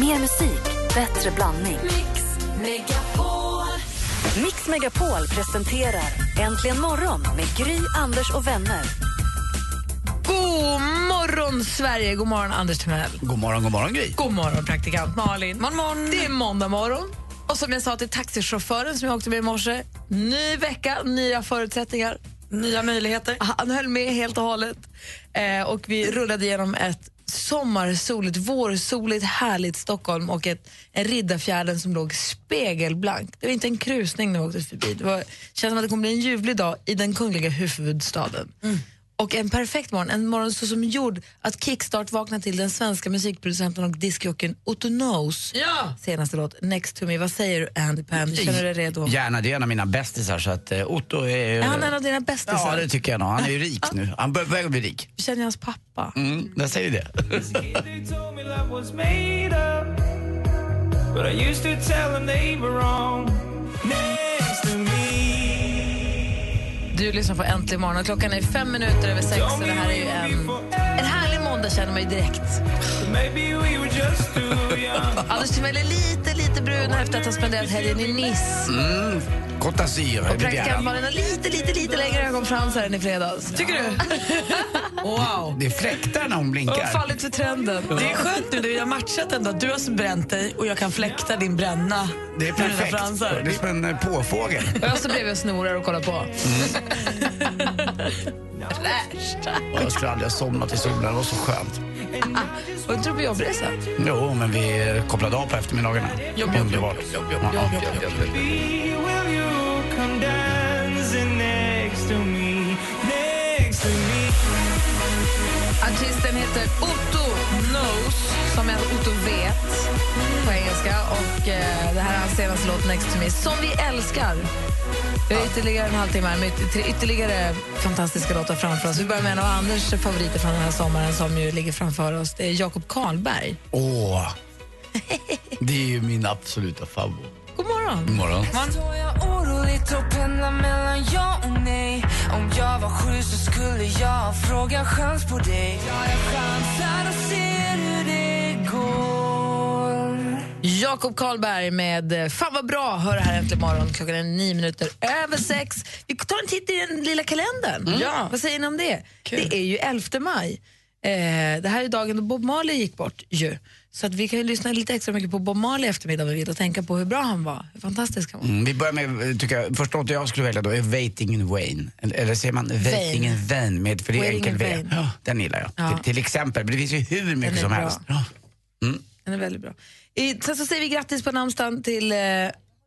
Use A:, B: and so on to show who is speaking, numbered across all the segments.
A: Mer musik, bättre blandning.
B: Mix Megapol.
A: Mix Megapol presenterar Äntligen morgon med Gry, Anders och vänner.
C: God morgon, Sverige! God morgon, Anders Timell.
D: God morgon, god morgon Gry.
C: God morgon, praktikant Malin. Morgon, morgon. Det är måndag morgon. Och som jag sa till taxichauffören som jag åkte med i morse, ny vecka, nya förutsättningar.
E: Nya möjligheter.
C: Han höll med helt och hållet. Eh, och vi rullade igenom ett sommarsoligt, vårsoligt, härligt Stockholm och ett, en Riddarfjärden som låg spegelblank. Det var inte en krusning när vi åkte förbi. Det var, känns som att det kommer bli en ljuvlig dag i den kungliga huvudstaden. Och en perfekt morgon, en morgon så som gjord att kickstart vakna till den svenska musikproducenten och discjockeyn Otto Knows
E: Ja!
C: senaste låt Next to me. Vad säger du Andy Pan? Känner du dig redo?
D: Gärna, det är en av mina bästisar så att eh, Otto är...
C: Är han en av dina bästisar?
D: Ja, det tycker jag nog. Han är ju rik nu. Han börjar på väg att bli rik.
C: Känner jag hans pappa?
D: Mm, jag säger det.
F: They told me love was made up, but I used to tell them they were wrong. Next to me,
C: Du lyssnar på Äntligen morgon. Klockan är fem minuter över sex och det här är ju en, en härlig måndag känner man ju direkt.
F: maybe we were just too young.
C: Anders Timell är lite, lite brun efter att ha spenderat helgen i Nice.
D: Côte d'Azur.
C: Och praktikant Malin har lite, lite, lite längre ögonfransar än i fredags. Tycker du?
E: Wow.
D: Det är fläktar när
C: Jag
D: hon
C: har
D: blinkar.
C: fallit för trenden.
E: Det är skönt nu när vi har matchat ändå. Du har bränt dig och jag kan fläkta din bränna.
D: Det är
E: med mina
D: perfekt.
E: fransar.
D: Det är som en eh, påfågel.
C: Och jag står bredvid och snorar och kollar på.
D: Och Jag skulle aldrig ha somnat i solen. Det var så skönt.
C: Och du tror på jobbresa?
D: Jo, men vi kopplade av på eftermiddagarna.
C: jobb, jobb,
D: Underbart. Ja, ja, ja, ja.
F: Be, will you come dancing next to me? Next to me.
C: Artisten heter Otto Knows, som är Otto vet på engelska. Och eh, Det här är hans senaste låt Next to me, som vi älskar. Vi har ytterligare en halvtimme här med yt- tre ytterligare fantastiska låtar framför oss. Vi börjar med en av Anders favoriter från den här sommaren som ju ligger framför oss. Det är Jakob Karlberg.
D: Åh! Det är ju min absoluta favorit.
C: God morgon!
D: God morgon.
G: Står jag oroligt och pendlar mellan ja och nej Om jag var sju så skulle jag fråga chans på dig Ja, jag chansar och ser hur det går
C: Jakob Karlberg med eh, Fan vad bra, hör det här äntligen morgon. Klockan är nio minuter över sex. Vi tar en titt i den lilla kalendern. Ja. Vad säger ni om det? Det är ju 11 maj. Eh, det här är dagen då Bob Marley gick bort ju. Så att vi kan ju lyssna lite extra mycket på Bob Marley i eftermiddag om vi vill och tänka på hur bra han var, hur fantastisk han var.
D: Mm, vi börjar med, eh, tycker jag, första låten jag skulle välja då är Waiting in Wayne. Eller- Eller säger man Waiting in Wayne? Med, för det är
C: Waiting
D: enkel
C: in
D: V.
C: Wayne.
D: Ja, den gillar jag.
C: Ja.
D: Till, till exempel. Men Det finns ju hur mycket
C: är
D: som
C: bra.
D: helst. Ja.
C: Den är väldigt bra. I, sen så säger vi grattis på namnsdagen till, eh,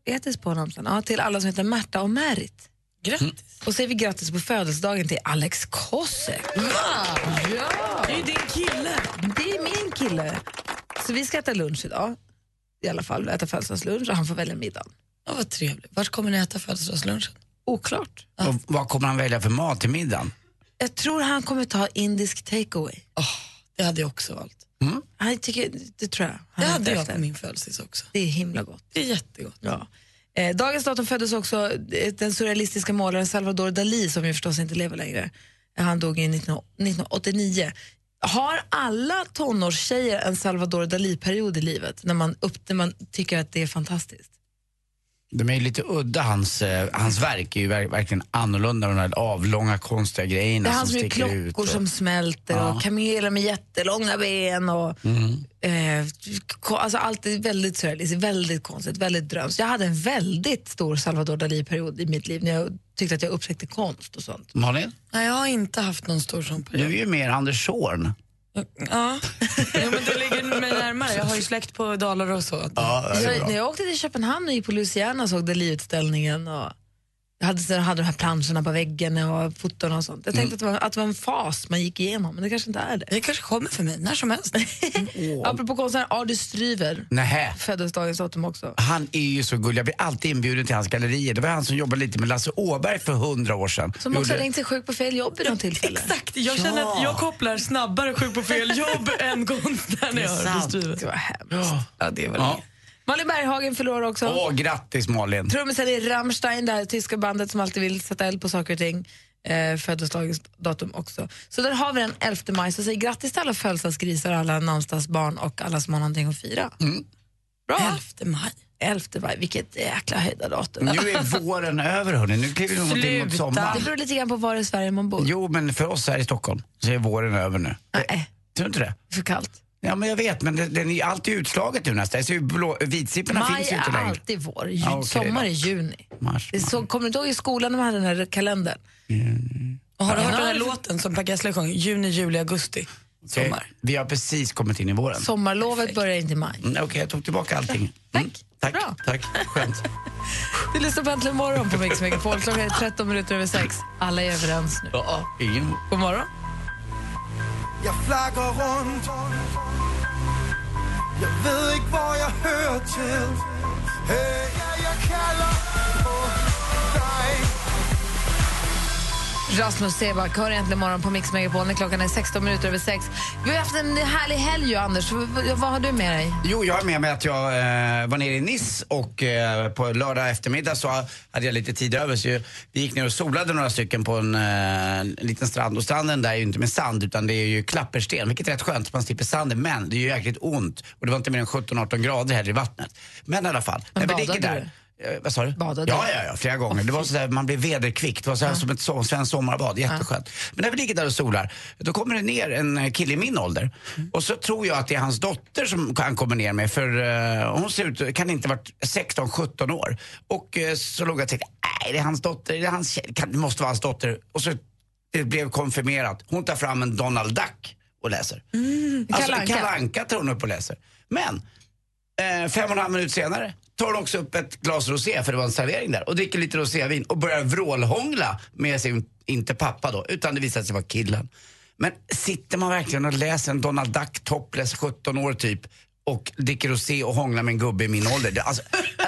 C: grattis på namnsdagen, ja, till alla som heter Märta och Märit. Grattis. Och säger vi grattis på födelsedagen till Alex Kosek.
E: Det är ju din kille.
C: Det är min kille. Så vi ska äta lunch idag. I alla fall äta födelsedagslunch och han får välja middagen.
E: Ja, vad trevligt. Vart kommer ni äta födelsedagslunchen?
C: Oklart.
D: Och vad kommer han välja för mat till middagen?
C: Jag tror han kommer ta indisk takeaway.
E: Det hade jag också valt.
C: Han tycker, det tror jag.
E: Det
C: Han
E: hade
C: längtar
E: jag
C: efter.
E: på min födelsedag också.
C: Det är himla gott.
E: Det är jättegott.
C: Ja. Eh, dagens datum föddes också eh, den surrealistiska målaren Salvador Dalí som ju förstås inte lever längre. Eh, Han dog i 19, 1989. Har alla tonårstjejer en Salvador Dalí-period i livet när man, upp, när man tycker att det är fantastiskt?
D: De är ju lite udda. Hans, eh, hans verk är ju ver- verkligen annorlunda. De där avlånga konstiga
C: Det
D: grejerna
C: är han
D: som
C: som gör
D: sticker ut.
C: klockor
D: och-
C: som smälter och
D: Ja. Mm.
C: kameler med jättelånga ben. Och, eh, ko- alltså allt är väldigt surrealistiskt, väldigt konstigt, väldigt drömskt. Jag hade en väldigt stor Salvador Dalí-period i mitt liv när jag tyckte att jag upptäckte konst och sånt.
D: Malin,
E: Nej, jag har inte haft någon stor sån
D: du är
E: period.
D: ju mer Anders Zorn.
E: Ja. Jo, men det ligger mig närmare. Jag har ju släkt på Dalarö och så.
D: Ja, det är
C: Jag,
D: bra.
C: när jag åkte till Köpenhamn och gick på Louisiana och såg Dalí-utställningen och jag hade, så hade de här planscherna på väggen och foton och sånt. Jag
D: Mm.
C: tänkte att, det var, att det var en fas man gick igenom, men det kanske inte är det.
E: Det kanske kommer för mig när som helst.
C: Apropå konstnären Ardy Stryver,
D: Nähä.
C: föddes dagens datum också.
D: Han är ju så gullig. Jag blir alltid inbjuden till hans gallerier. Det var han som jobbade lite med Lasse Åberg för hundra år sedan.
C: Som också
D: Gjorde-
C: har ringt sig sjuk på fel jobb vid något tillfälle.
E: Exakt, jag känner att jag kopplar snabbare sjuk på fel jobb än konstnär när jag hör det skrivet.
C: Det var hemskt.
E: Ja, det var
D: Ja.
C: Malin Berghagen förlorar också.
D: Åh, grattis Malin.
C: Trummisen i Rammstein, det här tyska bandet som alltid vill sätta eld på saker och ting. eh, födelsedagens datum också. Så där har vi den 11 maj. Så säg grattis till alla födelsedagsgrisar, alla namnsdagsbarn och alla som har någonting att fira.
D: Mm.
C: Bra!
H: 11 maj.
C: 11 maj, vilket jäkla höjdardatum.
D: Nu är våren över hörni, nu kliver vi mot- in mot
C: Det
D: sommaren.
C: beror lite grann på var i Sverige man bor.
D: Jo, men för oss här i Stockholm så är våren över nu.
C: Nej,
D: Tror du inte det?
C: för kallt.
D: Ja, men jag vet, men det- den är ju alltid utslaget nu nästan. Jag ser ju blå- Vitsipporna
C: Maj
D: finns ju inte
C: är
D: längre.
C: alltid vår. Ju-
D: Ja, okej
C: Sommar
D: då.
C: är juni.
D: Mars,
C: Det så, kommer du inte ihåg i skolan när man hade den här kalendern?
D: Mm.
H: Och har du hört
C: Ja.
H: den här låten som Per Gessle sjöng? Juni, juli, augusti.
D: Okej,
H: Sommar.
D: Vi har precis kommit in i våren.
C: Sommarlovet börjar inte i maj.
D: Mm, Okej, jag tog tillbaka allting. Mm, tack,
C: Bra.
D: tack. Skönt.
C: Du lyssnar på Äntligen morgon på Mix Megapol. Klockan är 13 minuter över 6. Alla är överens nu.
D: Ingen...
C: God morgon.
F: Jeg flakker rundt Jeg ved ikke, hvor jeg hører til Hey, ja, jeg kalder på dig
C: Rasmus Seback hör Äntligen morgon på Mix Megapol när klockan är 16 minuter över 6. Vi har haft en härlig helg, ju, Anders. V- v- Vad har du med dig?
D: Jo, jag är med mig att jag eh, var nere i Nice och eh, på lördag eftermiddag så hade jag lite tid över så jag, vi gick ner och solade några stycken på en eh, liten strand. Och stranden där är ju inte med sand utan det är ju klappersten vilket är rätt skönt, man slipper sanden. Men det är ju jäkligt ont och det var inte mer än 17-18 grader heller i vattnet. Men i alla fall,
C: Men
D: när vi ligger
C: badade
D: där. Eh, vad sa du?
C: Badade
D: ja,
C: du?
D: ja, ja, flera gånger. Det var sådär, man blev väderkvick. Det var sådär som ett so- svenskt sommarbad. Jätteskönt. Men när vi ligger där och solar, då kommer det ner en eh, kille i min ålder.
C: Mm.
D: Och så tror jag att det är hans dotter som han kommer ner med. För eh, hon ser ut, kan inte varit 16-17 år. Och eh, så låg jag och tänkte, nej det är hans dotter, det, är hans, tjej. kan, det måste vara hans dotter. Och så det blev konfirmerat. Hon tar fram en Donald Duck och läser. Alltså,
C: Mm. Kalle Anka.
D: Kalle Anka tar hon upp och läser. Men Eh, fem och en halv minut senare tar hon också upp ett glas rosé, för det var en servering där, och dricker lite rosévin och börjar vrålhångla med sin, inte pappa då, utan det visade sig vara killen. Men sitter man verkligen och läser en Donald Duck topless, 17 år typ, och dricker rosé och hånglar med en gubbe i min ålder. Det, alltså,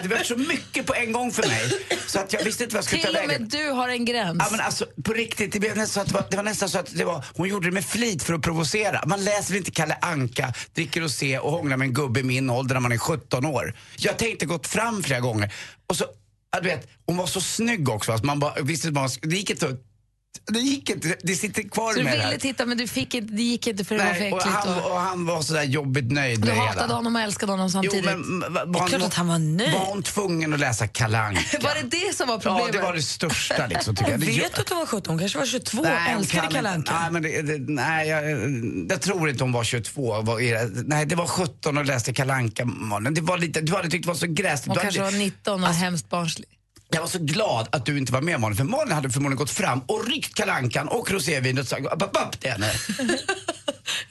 D: det var så mycket på en gång för mig så att jag visste inte vad jag skulle ta
C: Till och
D: vägen.
C: med du har en gräns.
D: Ja, men alltså, på riktigt, det, blev nästan så att det, var, det var nästan så att det var, hon gjorde det med flit för att provocera. Man läser inte Kalle Anka, dricker och se och hånglar med en gubbe i min ålder när man är 17 år. Jag tänkte gått fram flera gånger. Och så, ja, du vet, hon var så snygg också. Alltså, man bara, visst, man, det gick inte att- det gick inte, det sitter kvar
C: Så du
D: med det
C: ville
D: här.
C: titta, men du fick inte, det gick inte för det var för
D: Nej, och,
C: äckligt.
D: han,
C: och-
D: och han var sådär jobbigt nöjd
C: Du
D: med det
C: hatade
D: hela.
C: honom och älskade honom
D: Jo,
C: samtidigt.
D: men var, var,
H: klart
D: hon-
H: att han var nöjd.
D: Var hon tvungen att läsa Kalle Anka?
C: Var det det som var
D: Ja,
C: problemet?
D: det var det största liksom, tycker jag. Det gör-
H: Vet du att hon var 17? Hon kanske var 22
D: hon
H: älskade
D: kan
H: Kalle
D: inte. Nej,
H: Anka.
D: men det, det, nej jag, jag tror inte hon var 22. Var, era- nej, det var 17 och läste Kalle Anka. Malin. Det var lite, du hade tyckt det var så gräsligt.
C: Hon
D: Du
C: kanske var
D: hade-
C: 19 och
D: Alltså-
C: hemskt barnslig.
D: Jag var så glad att du inte var med Malin, för Malin hade förmodligen gått fram och ryckt Kalle Ankan och rosévinet och sagt upp, upp det henne.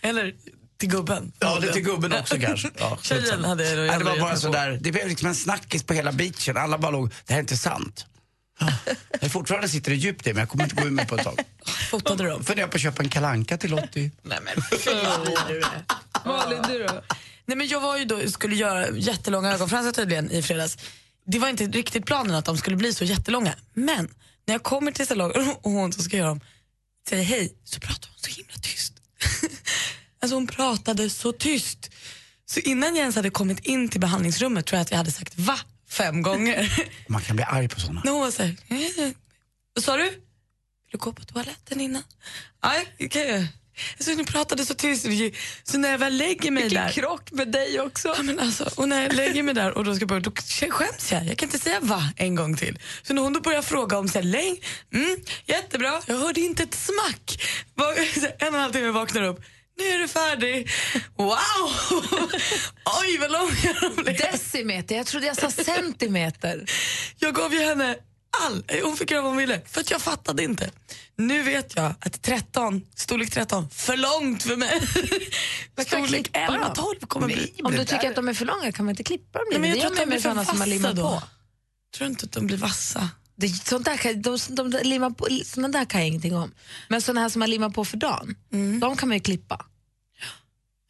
H: Eller till gubben.
D: Ja, det till gubben också kanske. Ja,
H: Tjejen
D: skitsamma.
H: hade jag
D: nej,
H: nog
D: det
H: gärna
D: var bara
H: gett mig
D: sådär, det blev liksom en snackis på hela beachen. Alla bara låg, det här är inte sant. Ja. Jag fortfarande sitter det djupt i men jag kommer inte gå ur mig på ett tag.
H: Fotade dem.
D: Funderar på att köpa en Kalle Anka till Lottie.
H: Malin, du då? Nej, men jag var ju då, skulle göra jättelånga ögonfransar tydligen i fredags. Det var inte riktigt planen att de skulle bli så jättelånga. Men när jag kommer till salongen och hon som ska göra dem säger hej så pratar hon så himla tyst. alltså hon pratade så tyst. Så innan jag ens hade kommit in till behandlingsrummet tror jag att jag hade sagt va fem gånger.
D: Man kan bli arg på sådana.
H: När hon var såhär, "Eh, vad sa du? Vill du gå på toaletten innan? Nej, det kan jag. Så hon pratade så tyst. Så när jag väl lägger mig där.
C: krock med dig också.
H: Ja, men alltså, och när jag lägger mig där och då ska börja, då skäms jag. Jag kan inte säga va en gång till. Så när hon då börjar fråga om så här, läng, mm, jättebra, jag hörde inte ett smack. Va- så här, En och en halv timme vaknar upp, nu är du färdig. Wow! Oj, vad lång jag blev.
C: Decimeter, jag trodde jag sa centimeter.
H: Jag gav ju henne all, eh, hon fick göra vad hon ville, för att jag fattade inte. Nu vet jag att 13, storlek 13, för långt för mig.
C: ska jag
H: storlek
C: klippa
H: 11,
C: dem?
H: 12 kommer bli.
C: Om du
D: Det
C: tycker
D: där-
C: att de är för långa kan man inte klippa dem
H: Nej,
C: lite?
H: men jag
C: Det
H: tror
C: gör man ju med
H: att de
C: sådana
H: blir för
C: som man limmar
H: vassa
C: på.
H: då. Tror du inte att de blir vassa?
C: Det, sånt där, kan- de, de, de limmar på. Såna där kan jag ingenting om. Men såna här som man limmar på för dagen, de kan man ju klippa.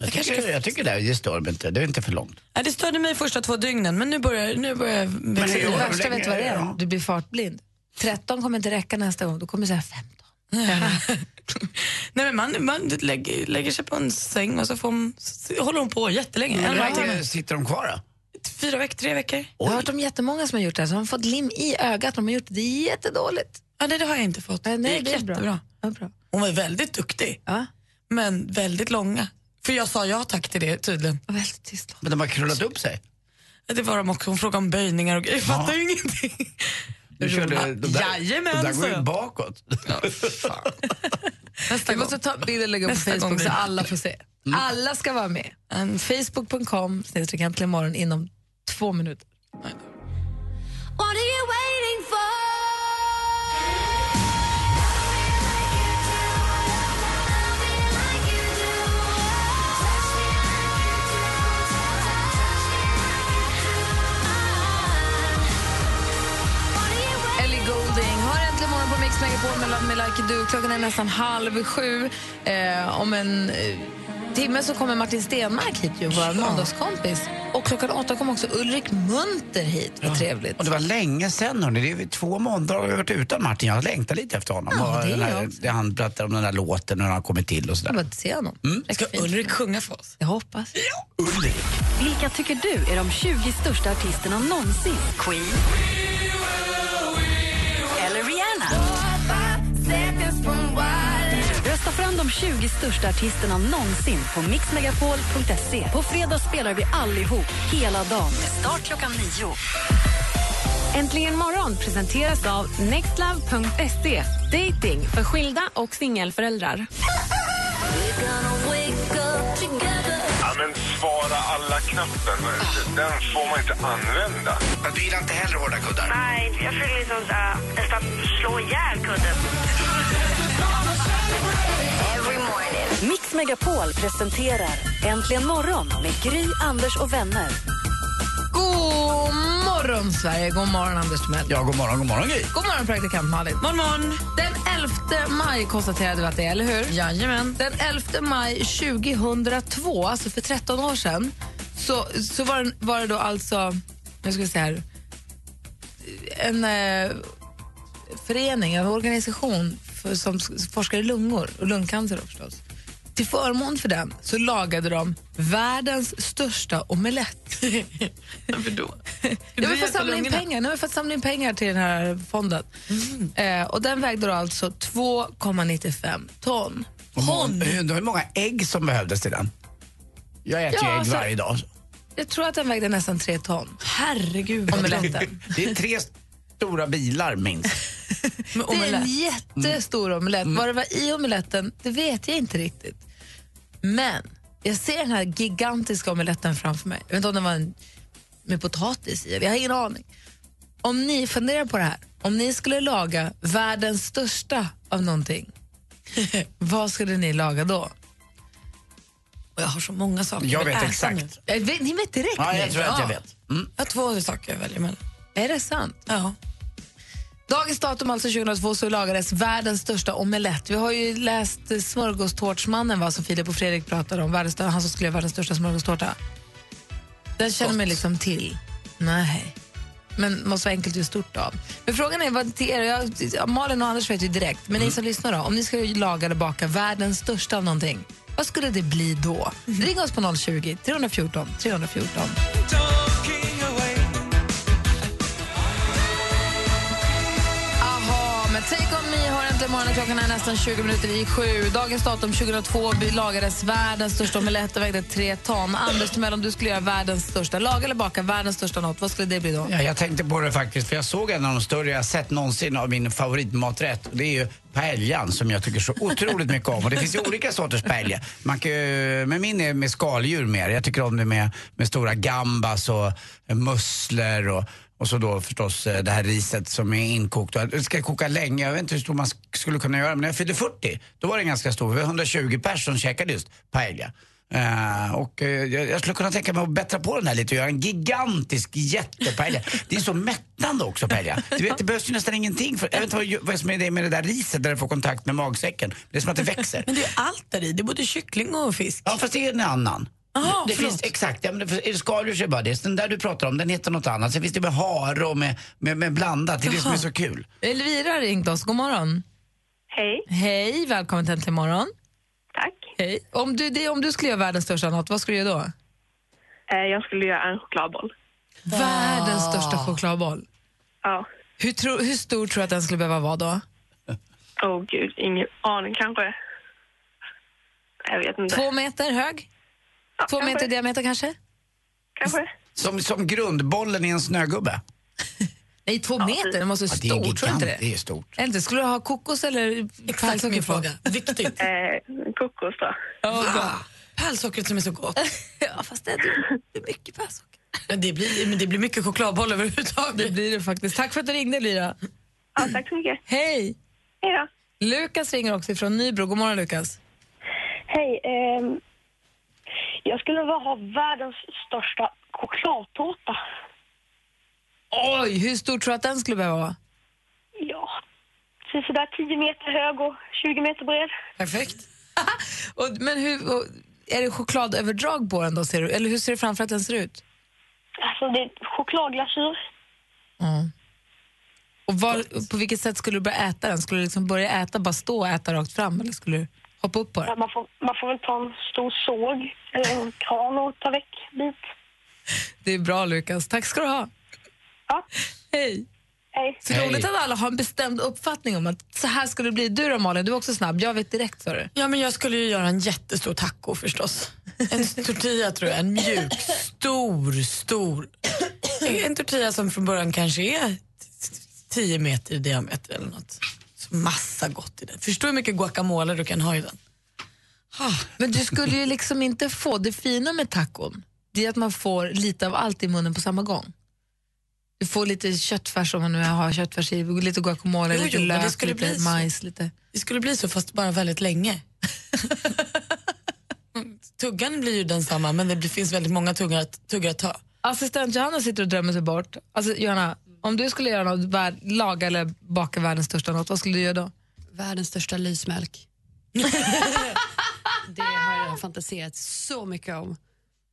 D: Jag tycker, jag tycker det, här, det stör mig inte. Det är inte för långt.
H: Nej, det störde mig första två dygnen, men nu börjar, nu börjar jag växa
D: hur
H: upp.
C: Det
D: Ja,
C: värsta
D: länge-
C: vet du vad det är?
D: ja.
C: Du blir fartblind. 13 kommer inte räcka nästa gång, då kommer du säga 15.
H: Nej, men man, man lägger, lägger sig på en säng och så får, man- så håller hon på jättelänge.
D: Hur
C: Mm,
H: En och en halv timme.
D: länge sitter de kvar då?
H: fyra veckor, tre veckor.
C: Jag har hört om jättemånga som har gjort det här, som har fått lim i ögat. De har gjort det, det är jättedåligt.
H: Ja, nej, det har jag inte fått.
C: Nej, nej,
H: det gick
C: det är bra.
H: jättebra.
C: Ja, bra.
H: Hon var väldigt duktig,
C: Ja.
H: men väldigt långa. För jag sa ja tack till det tydligen.
C: Och väldigt tyst.
D: Men de har krullat upp sig.
H: Det var de också. Hon frågade om böjningar och jag fattar ju ingenting.
D: Du körde, de där, de där går ju
H: Jajamensan.
D: bakåt.
C: Vi måste ta bilder och lägga upp på
H: Nästa gång
C: Facebook
H: vi-
C: så alla får se. Alla ska vara med. En Facebook.com snedstreck äntligen morgon inom två minuter.
B: What are you waiting for?
C: Ellie Goulding har äntligen morgon på Mix Megapol med Love Me Like You Do. Klockan är nästan halv sju. Eh, om en eh, timme så kommer Martin Stenmark hit, ju, vår måndagskompis. Och klockan åtta kommer också Ulrik Munter hit. Vad trevligt.
D: Och det var länge sen hörni. Det är ju två månader har vi varit utan Martin. Jag längtar lite efter honom.
C: Ja, det
D: Och
C: är
D: den
C: jag
D: här,
C: också.
D: det han berättar om den där låten, hur han har kommit till och
C: Jag
D: sådär.
C: vill se honom.
D: Mm.
C: Det är
H: Ska
C: fint.
H: Ulrik sjunga för oss?
C: Jag hoppas.
D: Ulrik.
A: Vilka tycker du är de 20 största artisterna någonsin? Queen? Eller Rihanna? Rösta fram de 20 största artisterna någonsin på mixmegapol.se. På fredag spelar vi allihop, hela dagen. Med start klockan nio.
I: Äntligen morgon presenteras av nextlove.se. Dating för skilda och singelföräldrar.
J: Ja, men svara alla-knappen, den får man inte använda.
D: Du gillar inte heller hårda kuddar?
K: Nej, jag skulle liksom äh, nästan slå ihjäl kudden.
A: Mix Megapol presenterar Äntligen morgon med Gry, Anders och vänner.
C: God morgon, Sverige. God morgon, Anders Timell.
D: Ja, god morgon, god morgon Gry.
C: God morgon, praktikant Malin.
H: Morgon, morgon.
C: Den 11 maj konstaterade vi att det är, eller hur?
H: Jajamän.
C: Den 11 maj 2002, alltså för 13 år sedan, så, så var, den, var det då alltså, nu ska vi se här, en eh, förening, en organisation för, som s- forskar i lungor och lungcancer då förstås. Till förmån för den så lagade de världens största omelett.
H: Varför då?
C: Nu har
H: du
C: vi fått
H: hjälpa
C: samla in
H: lungorna?
C: pengar, nu har vi fått samla in pengar till den här fonden.
H: Mm.
C: Eh, och den vägde då alltså 2,95 ton.
D: Och mån- Det var ju många ägg som behövdes till den. Jag äter
C: Ja,
D: ju ägg
C: så-
D: varje dag.
C: Jag tror att den vägde nästan tre ton.
H: Herregud.
C: Omeletten.
D: Det är tre stora bilar minst.
H: Med
C: Det är en
H: omelett. Mm.
C: jättestor omelett. Vad det var i omeletten det vet jag inte riktigt. Men jag ser den här gigantiska omeletten framför mig. Jag vet inte om den var en, med potatis i. eller- Jag har ingen aning. Om ni funderar på det här, om ni skulle laga världens största av någonting, vad skulle ni laga då?
H: Och jag har så många saker
D: Jag
H: jag vill
D: vet
H: äta
D: exakt.
H: nu. Eh,
C: Jag vet- Ni vet direkt.
D: Ja, jag
C: ni.
D: tror att jag
H: Ja.
D: vet. Mm.
H: Jag har två saker jag väljer mellan.
C: Är det sant?
H: Ja.
C: Dagens datum, alltså 2002, så lagades världens största omelett. Vi har ju läst eh, smörgåstårtsmannen va, som Filip och Fredrik pratade om, världens, han som skulle göra världens största smörgåstårta. Den känner man liksom till. Nej. Men måste vara enkelt och stort då. Men frågan är vad till er, jag, ja, Malin och Anders vet ju direkt, men ni som lyssnar då, om ni skulle laga eller baka världens största av någonting, vad skulle det bli då? Ring oss på 020 314 314. Aha, men Take On Me har äntligen morgonen. Klockan är nästan 20 minuter i sju. Dagens datum 2002 by- lagades världens största omelett och vägde tre ton. Anders Timell, om du skulle göra världens största, laga eller baka världens största något, vad skulle det bli då?
D: Ja, jag tänkte på det faktiskt, för jag såg en av de större jag sett någonsin av min favoritmaträtt. Det är ju paellan som jag tycker så otroligt mycket om. Och det finns ju olika sorters paella. Man kan, ju- men min är med skaldjur mer. Jag tycker om det med, med stora gambas och musslor och, och så då förstås eh, det här riset som är inkokt. Och Det ska koka länge. Jag vet inte hur stor man sk- skulle kunna göra, men när jag fyllde 40 då var den ganska stor. Vi var 120 personer som käkade just paella. Eh, och eh, jag, jag skulle kunna tänka mig att bättra på den här lite och göra en gigantisk jättepaella. Det är så mättande också paella. Du vet, det behövs ju nästan ingenting. För, jag vet inte vad, ju- vad som är det med det där riset där det får kontakt med magsäcken. Det är som att det växer.
H: Men det är ju allt där i. Det är både kyckling och fisk.
D: Ja, fast det är en annan.
H: Aha,
D: det
H: förlåt.
D: finns, exakt, ja, men det, för- är det skaldjur så är det bara det. Den där du pratar om, den heter något annat. Sen finns det med hare och med, med, med blandat. Det är det som är så kul.
C: Elvira har ringt oss. God morgon.
K: Hej,
C: Hej, välkommen till Äntligen morgon.
K: tack.
C: Hej. Om du, det, om du skulle göra världens största något, vad skulle du göra då?
K: Eh, jag skulle göra en chokladboll.
C: Världens största chokladboll.
K: Ja.
C: Hur, tro, hur stor tror du att den skulle behöva vara då?
K: Åh oh, gud, ingen aning kanske. Jag vet inte.
C: Två meter hög?
K: Ja,
C: Två
K: kanske.
C: meter i diameter kanske?
K: Kanske.
D: Som, som grundbollen i en snögubbe.
C: Nej, två meter? Den måste vara
D: det är
C: stor, tror du inte det?
D: Det är stort.
C: Eller inte, skulle du ha kokos eller pärlsocker på?
H: Viktigt.
K: Eh, kokos då.
H: Pärlsockret som är så gott.
C: ja, fast det är, det är mycket pärlsocker.
H: Men det, blir, men det blir mycket chokladboll överhuvudtaget.
C: Det blir det faktiskt. Tack för att du ringde, Lyra.
K: Ja, tack så mycket.
C: Hej!
K: Hej då.
C: Lukas ringer också från Nybro. God morgon, Lukas.
L: Hej. ehm, jag skulle vilja ha världens största chokladtårta.
C: Oj, hur stor tror du att den skulle behöva vara?
L: Ja, så sådär 10 meter hög och 20 meter bred.
C: Perfekt. och, men hur, och, är det chokladöverdrag på den då, ser du? Eller hur ser du framför att den ser ut?
L: Alltså det är chokladglasyr.
C: Mm. Och var, på vilket sätt skulle du börja äta den? Skulle du liksom börja äta, bara stå och äta rakt fram eller skulle du hoppa upp på den?
L: Ja, Man får, man får väl ta en stor såg eller en kran och ta väck bit.
C: Det är bra Lukas, tack ska du ha.
L: Ja.
C: Hej.
L: Hej.
C: Så roligt att alla har en bestämd uppfattning om att så här ska det bli. Du då Malin, du är också snabb. Jag vet direkt vad det är.
H: Ja, men jag skulle ju göra en jättestor taco förstås. En tortilla tror jag, en mjuk, stor, stor. En tortilla som från början kanske är 10 meter i diameter eller något. Så massa gott i den. Förstår hur mycket guacamole du kan ha i den.
C: Men du skulle ju liksom inte få, det fina med tacon, det är att man får lite av allt i munnen på samma gång. Du får lite köttfärs om man nu har köttfärs i, lite guacamole,
H: Jo,
C: lite
H: jo, men det
C: lök,
H: skulle
C: lite
H: bli så.
C: majs, lite...
H: Det skulle bli så fast bara väldigt länge. Tuggan blir ju densamma men det blir- finns väldigt många tuggar att, tuggar att ta.
C: Assistent Johanna sitter och drömmer sig bort. Alltså, Johanna, om du skulle göra något, vär- laga eller baka världens största något, vad skulle du göra då?
M: Världens största lysmjölk. det har jag redan fantiserat så mycket om.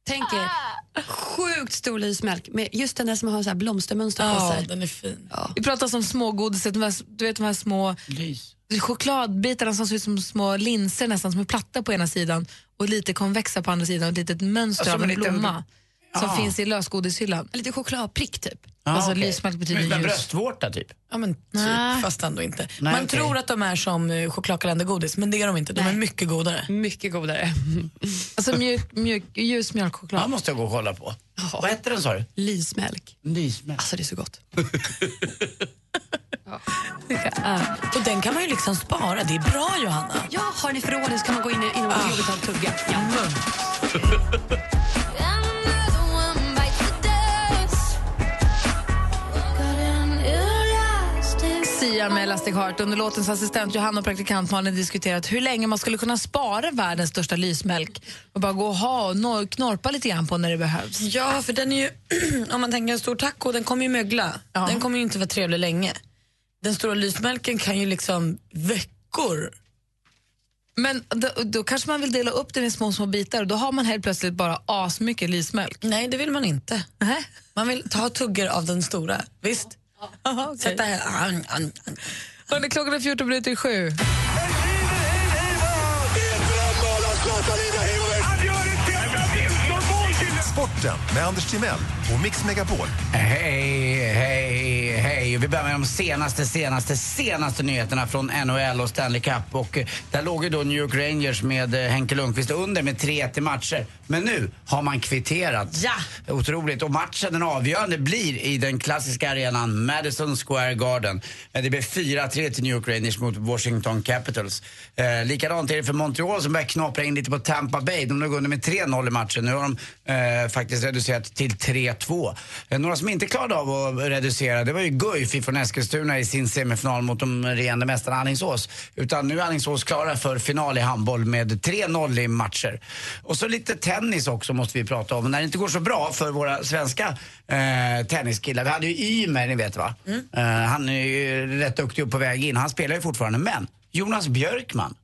M: Tänk er,
A: Ah.
M: sjukt stor lysmjölk med just den där som har så här blomstermönster på
C: Ja,
M: sig.
H: den är fin.
C: Vi pratar om smågodiset, de här, du vet de här små chokladbitarna som ser ut som små linser nästan, som är platta på ena sidan och lite konvexa på andra sidan, ett litet mönster
M: Som
C: av en
M: en liten-
C: blomma som
M: Ja.
C: finns i lösgodishyllan.
M: Lite chokladprick typ.
C: alltså lysmjölk betyder
D: Men
C: ljus.
D: bröstvårta typ.
H: Ja, men typ,
C: Nej.
H: fast ändå inte.
D: Nej,
H: Man
D: okej.
H: tror att de är som eh, chokladkalendergodis, men det är de inte. De är mycket godare.
M: Mycket godare.
C: Alltså mjuk, mjuk, ljus mjölkchoklad.
D: Han måste jag gå och kolla på. Vad hette den sa du?
M: Lysmjölk.
D: Lysmjölk.
M: Alltså det är så gott.
H: Och den kan man ju liksom spara. Det är bra, Johanna.
M: Ja, har ni förrådet så kan man gå in i- inom ah. jobbet och ta en tugga. Ja.
C: Sia med Elastic Heart. Under låtens assistent Johanna och praktikant Malin diskuterat hur länge man skulle kunna spara världens största lysmjölk och bara gå och ha och nor- knorpa lite grann på när det behövs.
H: Ja, för den är ju, om man tänker en stor taco, den kommer ju mögla. Den kommer ju inte vara trevlig länge. Den stora lysmjölken kan ju liksom veckor.
C: Men då, då kanske man vill dela upp den i små, små bitar och då har man helt plötsligt bara asmycket lysmjölk.
H: Nej, det vill man inte. Man vill ta tuggor av den stora, visst? Sätta här. Ah, mm, An, an, an.
C: Hörrni, klockan är 14 minuter i sju.
N: Sporten med Anders Timell och Mix Megapol.
D: Hej, hej, hej. Vi börjar med de senaste, senaste, senaste nyheterna från NHL och Stanley Cup. Och eh, där låg ju då New York Rangers med eh, Henke Lundqvist under med 3-1 i matcher. Men nu har man kvitterat. Ja! Otroligt. Och matchen, den avgörande, blir i den klassiska arenan Madison Square Garden. Eh, Det blir 4-3 till New York Rangers mot Washington Capitals. Eh, likadant är det för Montreal som börjar knapra in lite på Tampa Bay. De låg under med 3-0 i matchen. Nu har de eh, faktiskt reducerat till 3-2. Eh, några som inte klarade av att reducera, det var ju Guif från Eskilstuna i sin semifinal mot de regerande mästarna Alingsås. Utan nu är Alingsås klara för final i handboll med 3-0 i matcher. Och så lite tennis också måste vi prata om. När det inte går så bra för våra svenska eh, tenniskillar. Vi hade ju Ymer, ni vet va? Eh, han är ju rätt duktig och på väg in. Han spelar ju fortfarande. Men Jonas Björkman.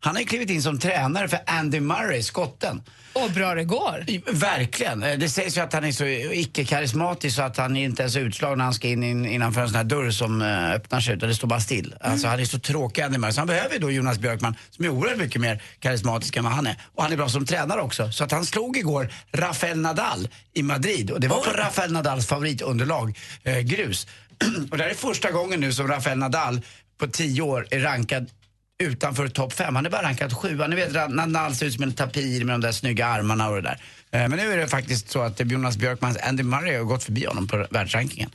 D: Han har ju klivit in som tränare för Andy Murray, skotten.
C: Och bra det går.
D: Verkligen. Eh, Det sägs ju att han är så icke-karismatisk så att han inte ens är utslagen när han ska in in- innanför en sån här dörr som eh, öppnar sig utan det står bara still. Alltså han är så tråkig Andy Murray. Så han behöver ju då Jonas Björkman som är oerhört mycket mer karismatisk än vad han är. Och han är bra som tränare också. Så att han slog igår Rafael Nadal i Madrid och det var på Rafael Nadals favoritunderlag, eh, grus. och det här är första gången nu som Rafael Nadal på tio år är rankad utanför topp fem. Han är bara rankad sjua. Ni vet, Nadal ser ut som en tapir med de där snygga armarna och det där. Eh, Men nu är det faktiskt så att Jonas Björkmans Andy Murray har gått förbi honom på världsrankingen.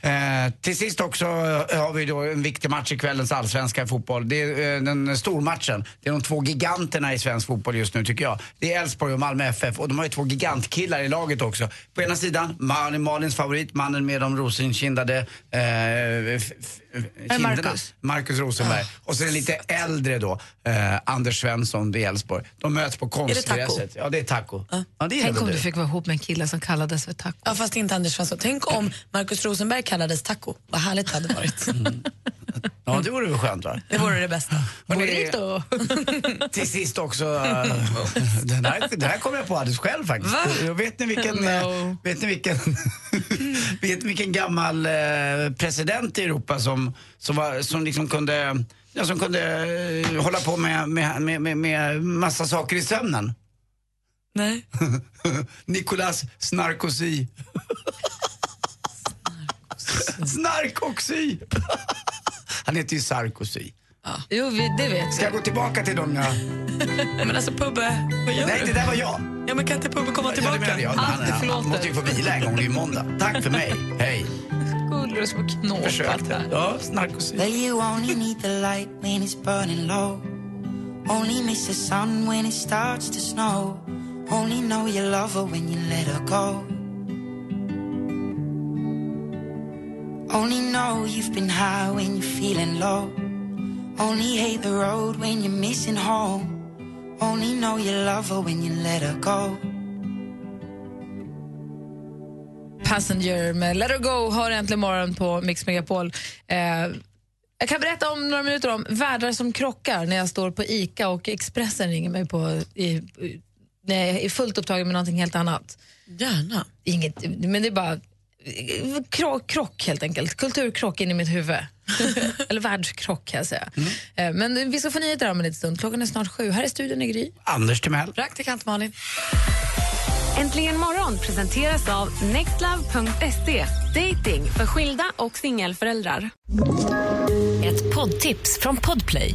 D: Eh, till sist också eh, har vi då en viktig match i kvällens allsvenska fotboll. Det är eh, den stormatchen. Det är de två giganterna i svensk fotboll just nu tycker jag. Det är Elfsborg och Malmö FF och de har ju två gigantkillar i laget också. På ena sidan, Malin, Malins favorit, mannen med de rosenkindade eh, f- f- kinderna.
C: Marcus.
D: Marcus Rosenberg.
C: Ah.
D: Och sen lite äldre då, eh, Anders Svensson i Elfsborg. De möts på konstgräset. Ja, det är taco. Ja, det är
C: Ah. Tänk
D: väl
C: om du fick vara ihop med en kille som kallades för taco.
H: Ja, fast inte Anders Svensson. Tänk om Markus Rosenberg kallades taco. Vad härligt det hade varit.
G: Mm.
D: Ja, det vore väl skönt va?
H: Det vore det bästa.
D: Burrito. Till sist också, eh, den, här, den här kom jag på alldeles själv faktiskt.
H: Va?
D: Jag vet ni vilken, eh, vet ni vilken, vet ni vilken gammal eh, president i Europa som, som, var, som liksom kunde, ja, som kunde eh, hålla på med, med, med, med, med massa saker i sömnen?
H: Nej.
D: Nicolas Snarkozy. Snarkoxy! Han heter ju Sarkozy.
C: Jo, vi, det vet
D: Ska jag gå tillbaka till dem jag...
H: Men alltså Pubbe, vad gör
D: Nej,
H: du?
D: det där var jag.
H: Ja, men kan inte Pubbe komma
D: Ja, det
H: tillbaka?
D: menar jag. Nej, nej, nej. Han måste ju få vila en gång, det är ju måndag. Tack för mig. Hej.
C: Gullar och små
D: Försökte. Ja, snarkozy.
G: Well, you only need the light when it's burning low. Only miss the sun when it starts to snow. Only know you love her when you let her go. Only know you've been high when you're feeling low. Only hate the road when you're missing home. Only know you love her when you let her go.
C: Passenger med Let Her Go hör äntligen morgon på Mix Megapol. Eh, jag kan berätta om några minuter om världar som krockar när jag står på ICA och Expressen ringer mig på i, i- när jag är fullt upptagen med någonting helt annat.
H: Gärna.
C: Inget, men det är bara eh, kro, krock helt enkelt. Kulturkrock in i mitt huvud. Eller världskrock kan jag säga. Eh, Men vi ska få nyheter om en liten stund. Klockan är snart sju. Här är studion i Gry.
D: Anders Timell.
C: Praktikant Malin.
I: Äntligen morgon presenteras av nextlove.se. Dating för skilda och singelföräldrar.
O: Ett poddtips från Podplay.